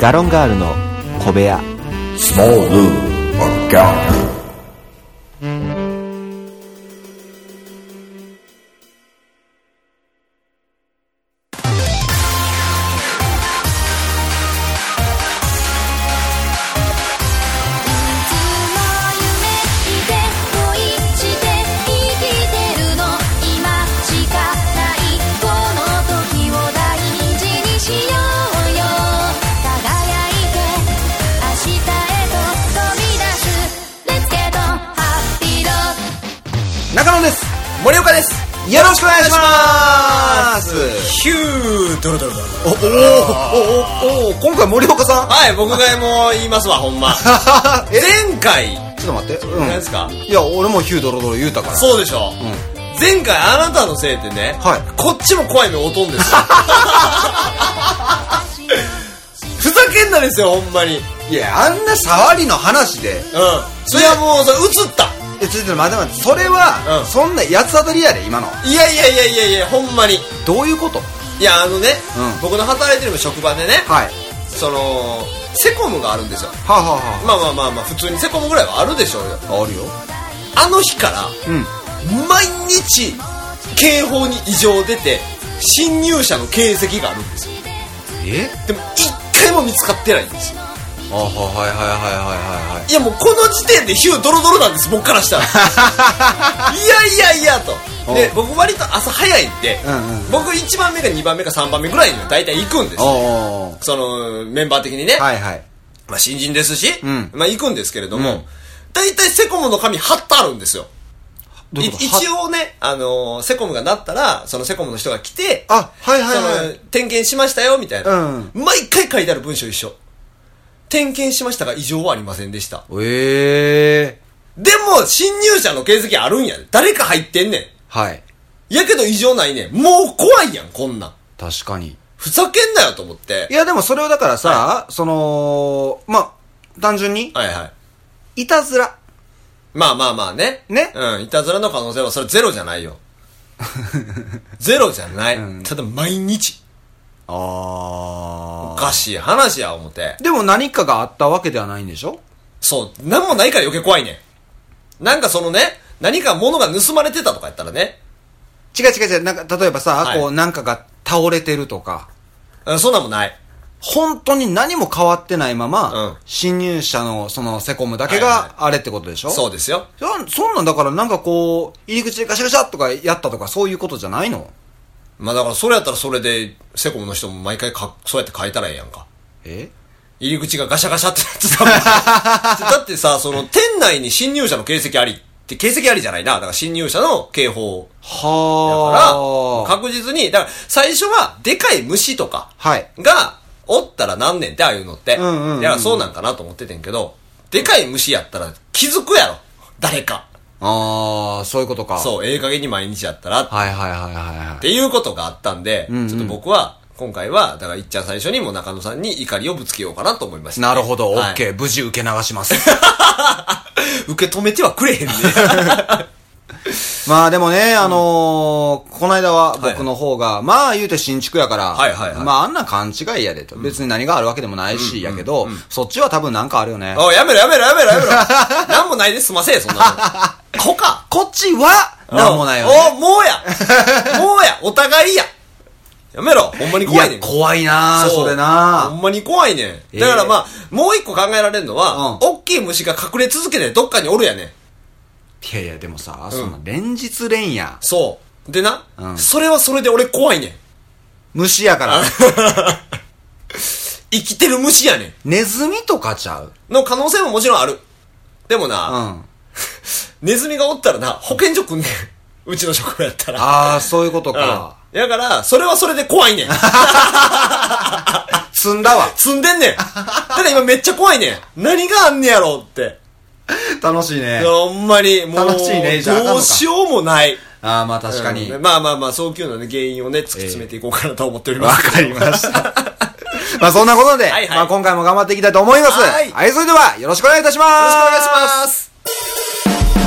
ガロンガールの小部屋 Small Room or Dark Room. いつも夢見て恋して生きてるの今しかないこの時を大事にしようよ輝いて明日へと飛び出す Let's get on happy road 中野です森岡ですよろしくお願いしますヒュードロドロドロおおおおおお今回森岡さんはい僕がもう言いますわほんまえ前回ちょっと待って、う何ですかいや俺もヒュードロドロ言うたからそうでしょ、前回あなたのせいでね、はいこっちも怖い目おとんですよふざけんなですよほんまにうんいやあんな触りの話でそれはもうそれ映ったえちょっと待って待ってそれは、うんそんな八つ当たりやで今のいやいやいやいやいやほんまにどういうこといやあのね、うん僕の働いてる職場でね、はいそのセコムがあるんですよはあ、はまあまあまあまあ普通にセコムぐらいはあるでしょうよあはあ、あるよあの日から、うん毎日警報に異常出て侵入者の形跡があるんですよえでも一回も見つかってないんですよあははいはいはいはいはいはいいやもうこの時点でヒュードロドロなんです僕からした らいやいやいやとで僕割と朝早いんで、うんうんうん僕1番目か2番目か3番目ぐらいには大体行くんですよおーおーそのメンバー的にね、はいはいまあ、新人ですし、うんまあ、行くんですけれども、うん大体セコムの紙貼ってあるんですよどういうことい一応ね、あのーセコムがなったら、そのセコムの人が来て、あはいはいはいその点検しましたよ、みたいな、うん毎回書いてある文章一緒。点検しましたが異常はありませんでした。ええでも、侵入者の形跡あるんやで。誰か入ってんねはいん。やけど異常ないねん。もう怖いやん、こんなん。確かにふざけんなよと思ってい。やでもそれをだからさ、そのまあ単純に、はいはい。い、たずらまあまあまあね。ねうん。いたずらの可能性はそれゼロじゃない よ。ゼロじゃない。ただ毎日。おあかしい話や、思って。でも何かがあったわけではないんでしょそう、なんもないから余計怖いねん。なんかそのね、何か物が盗まれてたとかやったらね、違う違う違うなんか例えばさ、はいこうなんかが倒れてるとかうんそんなんもない。本当に何も変わってないまま、うん侵入者のそのセコムだけはいはいがあれってことでしょ、そうですよ。そそんなんだからなんかこう入り口でガシャガシャとかやったとかそういうことじゃないのまあだからそれやったらそれで、セコムの人も毎回か、そうやって変えたらええやんか。え入り口がガシャガシャってなってたもん だってさ、その店内に侵入者の形跡ありって、形跡ありじゃないな。だから侵入者の警報だはから、あ確実に、だから最初はでかい虫とか、はいが、おったらなんねんって、ああいうのって。うんうんうんうんだからそうなんかなと思っててんけど、でかい虫やったら気づくやろ。誰か。ああそういうことかそう、ええ加減に毎日やったら、っはいはいはいはいはいていうことがあったんで、んうんちょっと僕は、今回は、だからいっちゃん最初にもう中野さんに怒りをぶつけようかなと思いました、なるほど、はい OK。無事受け流します。受け止めてはくれへんね。まあでもね、あのーこの間ははい僕の方が、まあ言うて新築やから、はいはいはいまああんな勘違いやでと。別に何があるわけでもないし、やけど、そっちは多分なんかあるよね。 おいやめろやめろやめろやめ ろ。なんもないです。すんません、そんなの。こか。こっちは、なんもないよね。おもうや。もうや。お互いや。やめろ。ほんまにい怖いねや、ん。怖いなあうそれほなんまに怖いねん。えだからまあ、もう一個考えられるのは、うん大きい虫が隠れ続けてどっかにおるやねん。いやいや、でもさ、その連日連夜、そう。でな、うんそれはそれで俺怖いねん。虫やから、生きてる虫やねネズミとかちゃう。ん。の可能性ももちろんある。でもな、うん。ネズミがおったらな、保健所来んねん。うちの職場やったら。ああ、そういうことうん。か。だから、それはそれで怖い ねん。積んだわ。積んでんねん。だから今めっちゃ怖いねん。何があんねやろうって。楽しいいやねほんまに、もう、楽しいねじゃああかんのかどうしようもない。ああ、まあ確かに。うんまあまあまあ、早急な、ね、原因をね、突き詰めていこうかなと思っておりまわす。かりました。まあそんなことで、はいはいまあ今回も頑張っていきたいと思います。ははいい。それではよろしくお願いいたします。よろしくお願いします。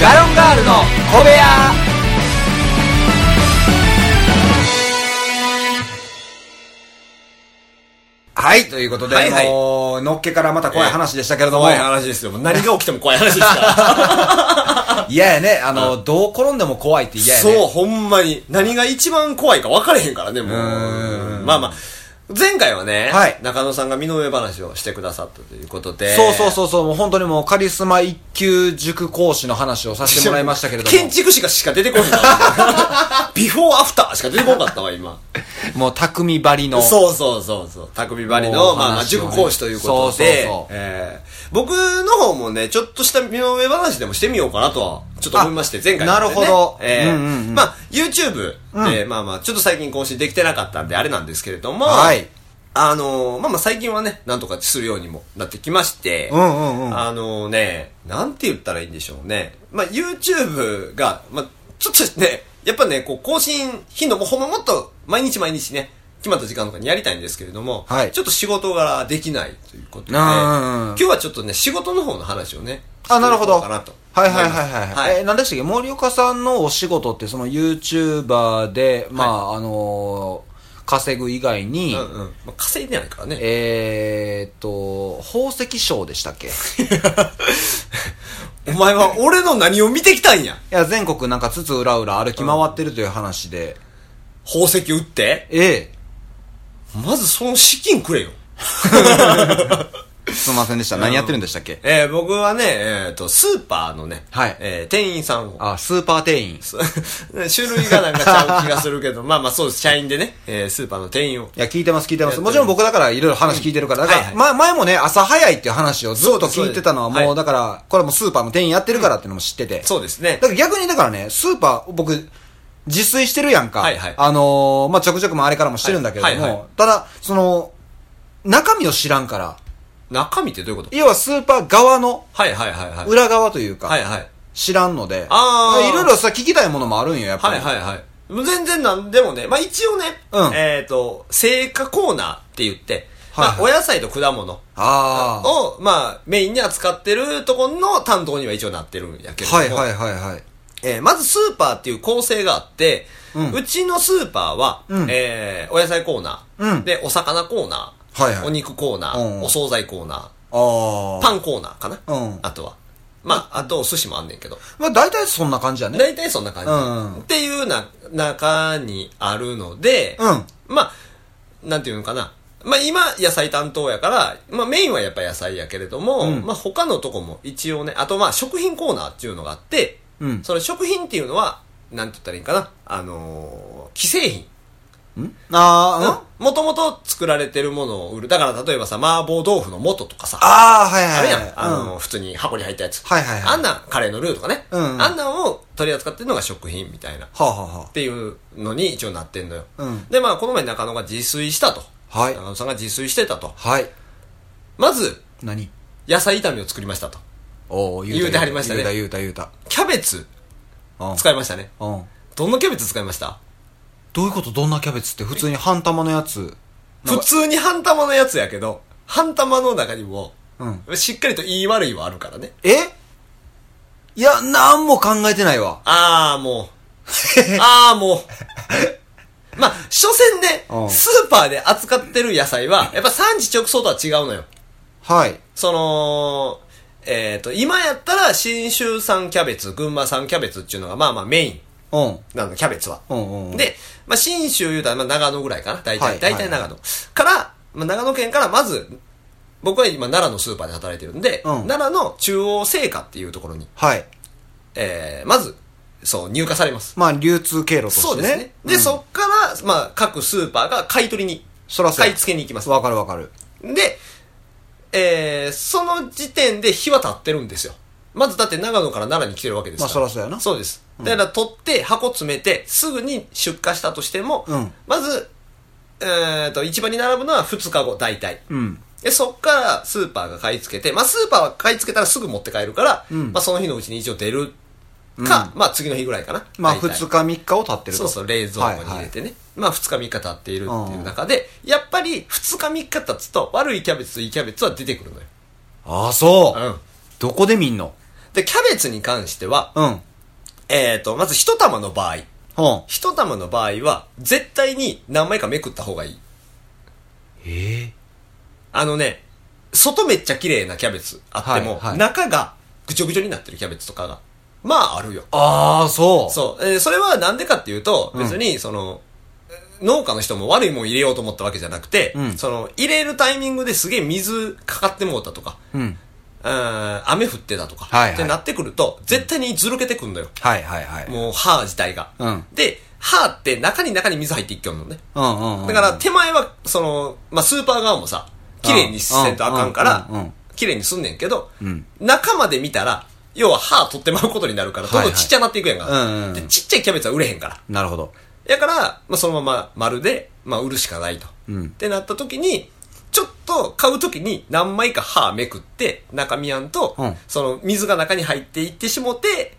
ガロンガールの小部屋はい、ということで、はいはいもう、のっけからまた怖い話でしたけれども、怖い話ですよ。もう何が起きても怖い話ですから。嫌やね、あの、どう転んでも怖いって 嫌やね。そう、ほんまに。何が一番怖いか分かれへんからね、もう。まあまあ。前回はね、はい中野さんが身の上話をしてくださったということで。そうそうそうそう、もう本当にもうカリスマ一級塾講師の話をさせてもらいました けれ ど建も、築士がしか出てこへん かビフォーアフターしか出てこなかったわ、今。もう匠ばりの。そうそうそうそう。匠ばりもの、うまあまあ、話をね塾講師ということでそうそうそう、えー僕の方もね、ちょっとした身の上話でもしてみようかなとは、ちょっと思いまして、前回、ね、なるほどえうんうんうーんまあ、YouTube で、まあまあ、ちょっと最近更新できてなかったんで、あれなんですけれども、はいあのーまあまあ最近はね、なんとかするようにもなってきまして、うんうんうんあのね、なんて言ったらいいんでしょうね。まあ YouTube が、まあちょっとね、やっぱね、こう更新頻度もほんまもっと毎日毎日ね、決まった時間とかにやりたいんですけれども、はいちょっと仕事柄できないということで、うんうんうん今日はちょっとね、仕事の方の話をね、あ、なるほど。していこうかなとはいはいはいはい。はいえー、何でしたっけ森岡さんのお仕事って、その YouTuber で、まあ、あのー稼ぐ以外に、うんうん。まあ、稼いでないからね。えーっと、宝石商でしたっけいお前は俺の何を見てきたんやや、全国なんかつつうらうら歩き回ってるという話で、宝石売ってええまずその資金くれよ。すみませんでした。何やってるんでしたっけえー、僕はね、えっ、と、スーパーのね、はいえー店員さんを、あ、スーパー店員。す 種類がなんかちゃう気がするけど、まあ まあそうです、社員でね、えースーパーの店員を。いや、聞いてます、聞いてやまっす。てるもちろん僕だからいろいろ話聞いてるから、だから、はいはいま、前もね、朝早いっていう話をずっと聞いてたのはそうですもはう、いだから、これはもうスーパーの店員やってるからっていうのも知ってて。そうですねだ。から逆にだからね、スーパー、僕、自炊してるやんか。はいはいあのーまあ、ちょくちょくもあれからもしてるんだけれども、はいはいはいただ、その、中身を知らんから、中身ってどういうこと要はスーパー側のはいはいはいはい。裏側というか、はいはい。知らんので、あーいろいろさ、聞きたいものもあるんよ、やっぱはり。いはいはい。もう全然なんでもね、まあ一応ね、うんえっ、と、成果コーナーって言って、はいはいまあお野菜と果物。ああ。を、まあ、メインに扱ってるところの担当には一応なってるんやけれども。はいはいはいはい。えーまずスーパーっていう構成があって、ううんちのスーパーは、うんえーお野菜コーナー、うんで、お魚コーナー、はいはいお肉コーナー、うんお惣菜コーナああ。ー、パンコーナーかな、うんあとは。まあ、あとお寿司もあんねんけど。まあ、大体そんな感じやね。大体そんな感じ。うんうっんていうな、中にあるので、うんまあ、なんていうのかな。まあ今、野菜担当やから、まあメインはやっぱ野菜やけれども、うんまあ他のとこも一応ね、あとまあ食品コーナーっていうのがあって、うんその食品っていうのは、なんて言ったらいいんかな。あのー既製品。あもともと作られてるものを売る。だから例えばさ、麻婆豆腐の素とかさ。あ、ああ、はいあはるいやはい。ん。あの、普通に箱に入ったやつ。はいはいはいあんな、カレーのルーとかね。うんうんあんなんを取り扱ってるのが食品みたいな。っはあ、はあはていうのに一応なってんのよ。うんで、まあ、この前中野が自炊したと。はい中野さんが自炊してたと。あ、はい。まず、何野菜炒めを作りましたと。おお言うてはりましたね言うた言うたキャベツ、言うた。使い、いましたね。うん。どんなキャベツ使いましたどういうことどんなキャベツって普通に半玉のやつ。普通に半玉のやつやけど、半玉の中にも、うんしっかりと言い悪いはあるからね。えいや、なんも考えてないわ。あー もう。あーもう。まあ、所詮ねう、んスーパーで扱ってる野菜は、やっぱ産地直送とは違うのよ。はい。その、えっ、と、今やったら、信州産キャベツ、群馬産キャベツっていうのが、まあまあメインうん。なの、キャベツは。うんうんうんで、まあ、信州言うたら、まあ、長野ぐらいかな。大はい体、大はい体長野。から、まあ、長野県から、まず、僕は今、奈良のスーパーで働いてるんで、うん奈良の中央製菓っていうところに、はい。えー、まず、そう、入荷されます。まあ、流通経路としてね。そうですね。で、うんそっから、まあ、各スーパーが買い取りに、そらそうや買い付けに行きます。わかるわかる。で、えー、その時点で日は経ってるんですよ。まずだって長野から奈良に来てるわけですから。まあそらそうやなそうです。だから取って、箱詰めて、すぐに出荷したとしても、うんまず、えーと、市場に並ぶのは2日後、大体。うん。で、そっからスーパーが買い付けて、まあスーパーは買い付けたらすぐ持って帰るから、うんまあその日のうちに一応出るか、まあ次の日ぐらいかな。まあ、大体2日3日を経ってると。そうそう、冷蔵庫に入れてね。まあ、2日3日経っているっていう中で、やっぱり2日3日経つと、悪いキャベツといいキャベツは出てくるのよ。ああ、そう、うんどこで見んので、キャベツに関しては、うん。うん。えっと、まず1玉の場合。え1玉の場合は、絶対に何枚かめくった方がいい。えあのね、外めっちゃ綺麗なキャベツあっても、はいはい中がぐちょぐちょになってるキャベツとかが、まああるよ。ああ、そう。そう。えーそれはなんでかっていうと、別に、その、農家の人も悪いもん入れようと思ったわけじゃなくて、うんその、入れるタイミングですげえ水かかってもうたとか、う。ん。うん雨降ってたとか、はいはいってなってくると、絶対にずるけてくんだよ。はいはいはい。もう、歯自体が。うんで、歯って中に中に水入っていっきょんのね。うんうんうん。だから、手前は、その、まあ、スーパー側もさ、綺麗にせんとあかんかうんうんうんうらん、綺麗にすんねんけどん、中まで見たら、要は歯取ってまうことになるから、どんはいどんはいちっちゃなっていくやんうんうんうか。でんちっちゃいキャベツは売れへんから。なるほど。やから、まあ、そのまま丸で、まあ、売るしかないと。うんってなった時に、ちょっと買う時に何枚か歯めくって、中見やんと、うんその水が中に入っていってしもて、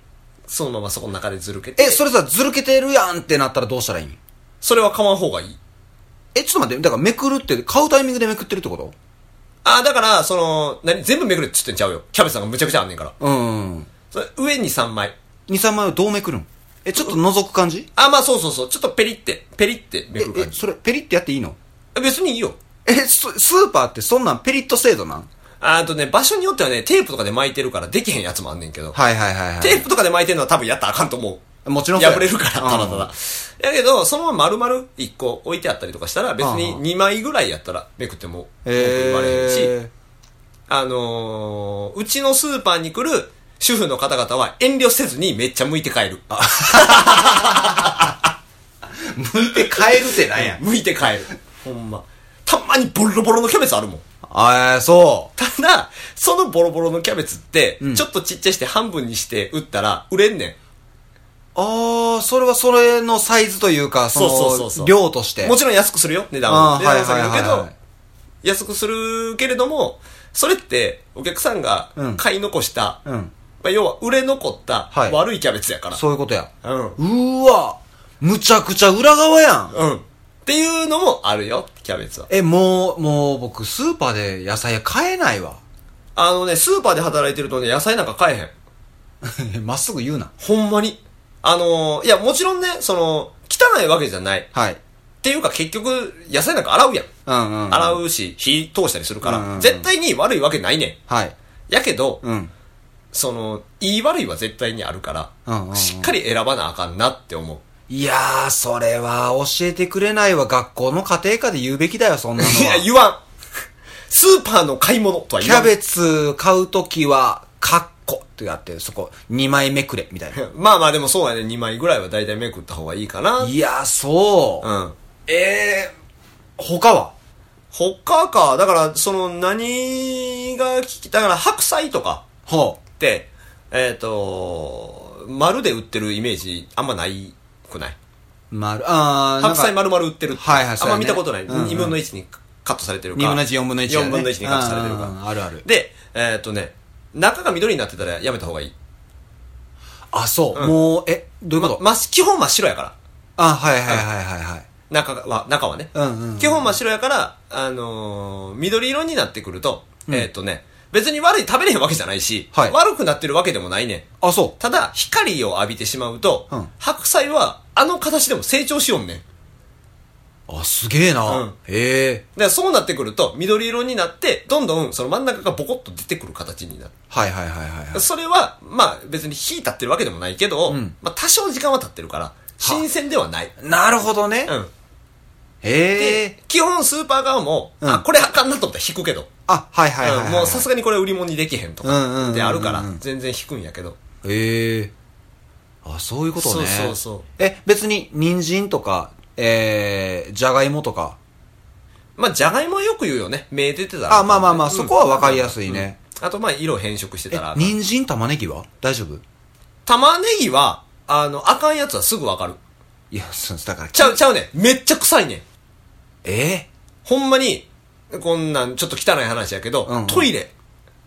そのままそこの中でずるけて。え、それさ、ずるけてるやんってなったらどうしたらいいんそれは買わん方がいい。え、ちょっと待って、だからめくるって、買うタイミングでめくってるってことああ、だから、その、何全部めくれって言ってんちゃうよ。キャベツさんがむちゃくちゃあんねんから。うんうん。それ上に3枚。 2、3枚をどうめくるんえ、ちょっと覗く感じあ、まあそうそうそう。ちょっとペリって、ペリってめえくる、え感、じ。それ、ペリってやっていいの別にいいよ。え、ススーパーってそんなんペリッと制度なんあとね、場所によってはね、テープとかで巻いてるからできへんやつもあんねんけど。はいはいはいはい。テープとかで巻いてるのは多分やったらあかんと思う。もちろんそうや破れるから、ただたうんだ。やけど、そのまま丸々1個置いてあったりとかしたら、別にうん2枚ぐらいやったらめくっても、文句え言われへんし、ー、あのー、うちのスーパーに来る主婦の方々は遠慮せずにめっちゃ向いて帰る。向いて帰るってなんや。向いて帰る。ほんま。たまにボロボロのキャベツあるもん。 あー、そう。ただ、そのボロボロのキャベツって、んちょっとちっちゃして半分にして売ったら売れんねん。あー、それはそれのサイズというか、その、そうそうそうそう量として。もちろん安くするよ、値段あは。ー値段は下げはいはいはいるはけいど、安くするけれども、それって、お客さんがうん買い残した、うんまあ、要は売れ残ったはい悪いキャベツやから。そういうことや。うん。うーわ、むちゃくちゃ裏側やん。うん。っていうのもあるよ、キャベツは。え、もう、もう僕、スーパーで野菜買えないわ。 あのね、スーパーで働いてるとね、野菜なんか買えへん。まっすぐ言うな。ほんまに。あのーいや、もちろんね、その、汚いわけじゃない。っはい。ていうか結局、野菜なんか洗うやん。うんうん、うん。洗う。うし、火通したりするから、うんうんうん絶対に悪いわけないねはい。ん。やけど、うん。その、いい悪いは絶対にあるから、うんうんうんしっかり選ばなあかんなって思う。いやー、それは教えてくれないわ。学校の家庭科で言うべきだよ、そん なのいや、は。言わん。スーパーの買い物とはキ言わャん。ベツ買うときは、カッコってやって、そこ、2枚めくれ、みたい な。まあまあでもそうやね、2枚ぐらいは大体めくった方がいいかな。いやー、そう。うん。えー、他は他か、だから、その、何が聞き、だから白菜とかほう。って、えっ、と、丸で売ってるイメージあんまないくない丸、あー、白菜なんか丸々売ってるってはいはいあそうんやま見ねたことない。うんうん2分の1にカットされてるか。二分の一、四分の一、ね。 4分の1にカットされてるうんうんうか。んあるある。で、えーっとね、中が緑になってたらやめた方がいい。あ、そう。うんもう、え、どういうまこと、ま基本真っ白やから。あ、はいはいはいはいはい。中は、中はね。うんうんうん基本真っ白やから、あのー緑色になってくると、えーっとね、別に悪い食べれへんわけじゃないし、はい悪くなってるわけでもないねん。あ、そただ、光を浴びてしまうと、うん白菜はあの形でも成長しよんねん。う。あ、すげえな。うんへえ。で、そうなってくると、緑色になって、どんどんその真ん中がボコッと出てくる形になる。はいはいはいはいはい。それは、まあ別に火立ってるわけでもないけど、うんまあ多少時間は経ってるから、新鮮ではない。なるほどね。うん。へえで。、基本スーパー側も、うんあ、これあかんなと思ったら引くけど、あ、はいはいはいはい、うんもうさすがにこれ売り物にできへんとうんうんうんうんうか、んであるから、全然引くんやけど。へえ。あ、そういうことね。そうそうそうえ、別に、人参とか、えー、じゃがいもとか。まあ、じゃがいもはよく言うよね。目出てたら。あまあまあまあうんそこはわかりやすいね。うんあと、まあ、色変色してえたら、。人参玉ねぎは大丈夫玉ねぎは、あの、あかんやつはすぐわかる。いや、そう、だから、ちゃう、ちゃうねん。めっちゃ臭いねん。えー、ほんまに、こんなん、ちょっと汚い話やけど、うんうんトイレ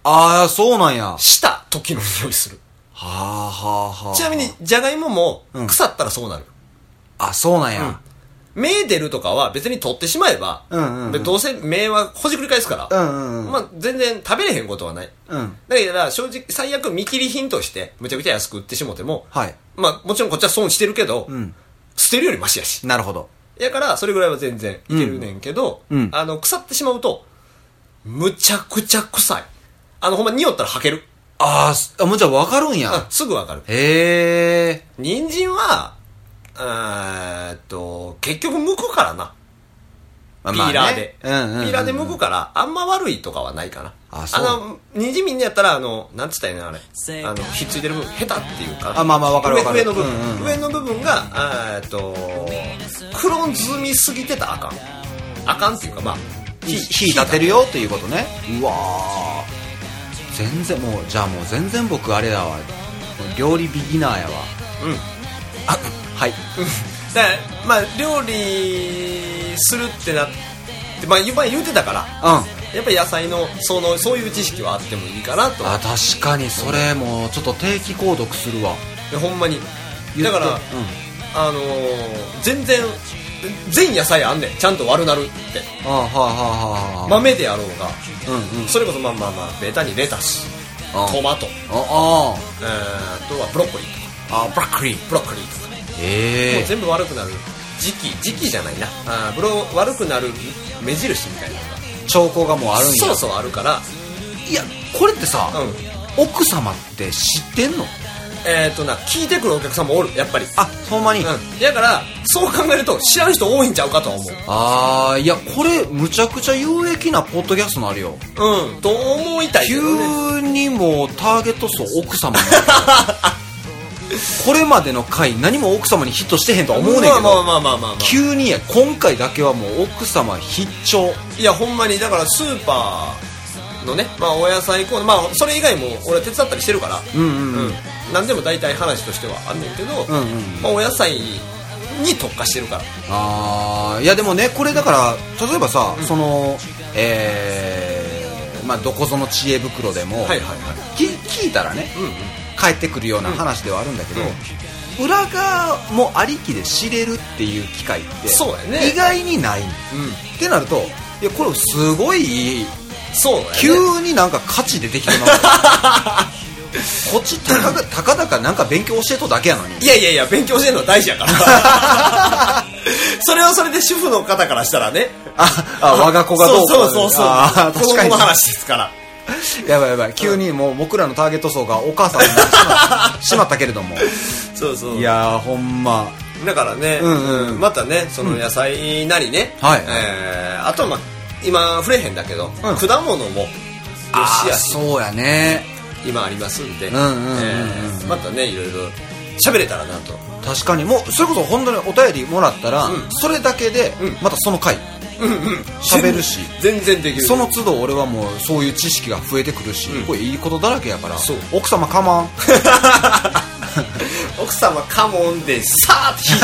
あー、そうなんや。はした時の匂いする。あはあはあ。ちなみに、、じゃがいももうん、腐ったらそうなる。あ、そうなんや。芽出るとかは別に取ってしまえば、うんうんうんでどうせ芽はほじくり返すから、うんうんうんまあ全然食べれへんことはない。うんだから正直最悪見切り品としてむちゃくちゃ安く売ってしもても、はいまあもちろんこっちは損してるけど、うん捨てるよりマシやし。なるほど。やからそれぐらいは全然いけるねんけど、うんうんあの腐ってしまうと、むちゃくちゃ臭い。あの、ほんま匂ったら吐ける。あーすあ、もうじゃあ分かるんあや。すぐわかる。へえ。人参は、えーっと、結局剥くからな。まあピーラーで。まあねうんうんうんうんピーラーで剥くから、あんま悪いとかはないかな。あそうの、にじみんなやったら、あの、なんつったらいいのあれ。あの、ひっついてる部分、ヘタっていうか。あまあまあわかるわかる上上の部分。うんうん上の部分が、えーっと、黒ずみすぎてたらあかん。あかんっていうか、まあ、火火立てるよということねうわー全然もうじゃあもう全然僕あれだわ料理ビギナーやわうんあはいだからまあ料理するってなって、まあ、言う前言うてたからうやっぱり野菜のそのそういう知識はあってもいいかなとんあ確かにそれもうちょっと定期購読するわでほんまに言だってから、うんあのー全然全野菜あんねんちゃんと悪なるってあはあはあはあ、豆であろうがうんうんそれこそまあまあまあベタにレタスあトマトあえーあとはブロッコリーとかああブラックリーブロッコリーとか、えもえう全部悪くなる時期時期じゃないなあーブロ悪くなる目印みたいなのが兆候がもうあるんやそうそうあるからいやこれってさ、う奥様って知ってんのえっ、ー、とな聞いてくるお客さんもおるやっぱりあほんまに、うんだからそう考えると知らん人多いんちゃうかとは思ああいやこれむちゃくちゃ有益なポッドキャストになるよううんと思いたいけどね急にもうターゲット層奥様に これまでの回何も奥様にヒットしてへんとは思うねんけど、まあまあまあまあまあ、まあ、急にや今回だけはもう奥様必聴いやほんまにだからスーパーのね、まあ、お野菜コーナー、まあ、それ以外も俺手伝ったりしてるからうんうんうん何でも大体話としてはあんねんけど、んうんまあ、お野菜に特化してるからあーいやでもねこれだから例えばさ、そのえーまあどこぞの知恵袋でも、はいはいはいき聞いたらね、うんうん帰ってくるような話ではあるんだけど、裏側もありきで知れるっていう機会ってそうやね意外にない、うんってなるといやこれすごいいいそうだよね急になんか価値出てきて ますこっちたかがたかだかなんか勉強教えとだけやのにいやいやいや、勉強してるのは大事やから。 それはそれで主婦の方からしたらね。ああ我が子がどうこそうそうそうそうあー。確子供かにの話ですから。やばいやばい急にもう僕らのターゲット層がお母さんになってし まったしまったけれどもそうそう。いやーほんまだからね、うんうんまたね、その野菜なりね。はいえーあとはまあ、今、触れへんだけど、うん果物も、よしああーし、そうやね今ありますんで、んうんうんうんえーまたね、いろいろ喋れたらなと。確かにもうそれこそ本当にお便りもらったら、んそれだけでうんまたその回喋、るし全然できる。その都度俺はもうそういう知識が増えてくるし、うんこれいいことだらけやからそう奥様かまん奥様カモンで、さあって 引い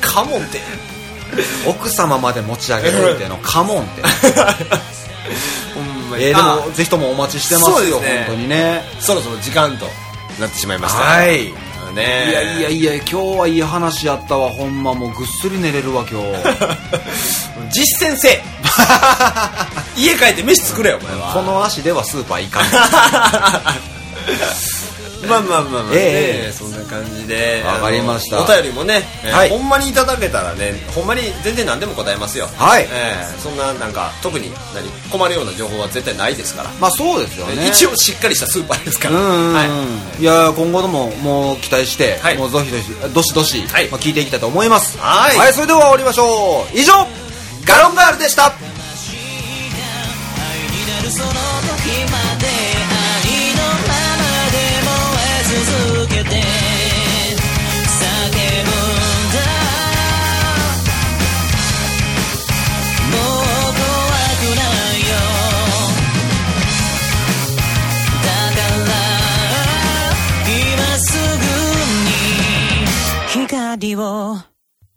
たカモンって。奥様まで持ち上げとい てのカモンってほんまにえあーでもぜひともお待ちしてますよそうですね本当にねそろそろ時間となってしまいましたはいねいえやいやいや今日はいい話やったわほんまもうぐっすり寝れるわ今 日実 践せえ家帰って飯作れよお前はこの足ではスーパー行かん まあまあまあまあ、ねええそんな感じでわかりましたあのお便りもね、えーはいほんまにいただけたらねほんまに全然何でも答えますよはいええそんななんか特に何困るような情報は絶対ないですから、まあそうですよ ね一応しっかりしたスーパーですかうらんうんうん、はいやー今後とももう期待して、はいもうどしどしどしどし、はいまあ、聞いていきたいと思いますはいそれでは終わりましょう以上ガロンガールでしたガ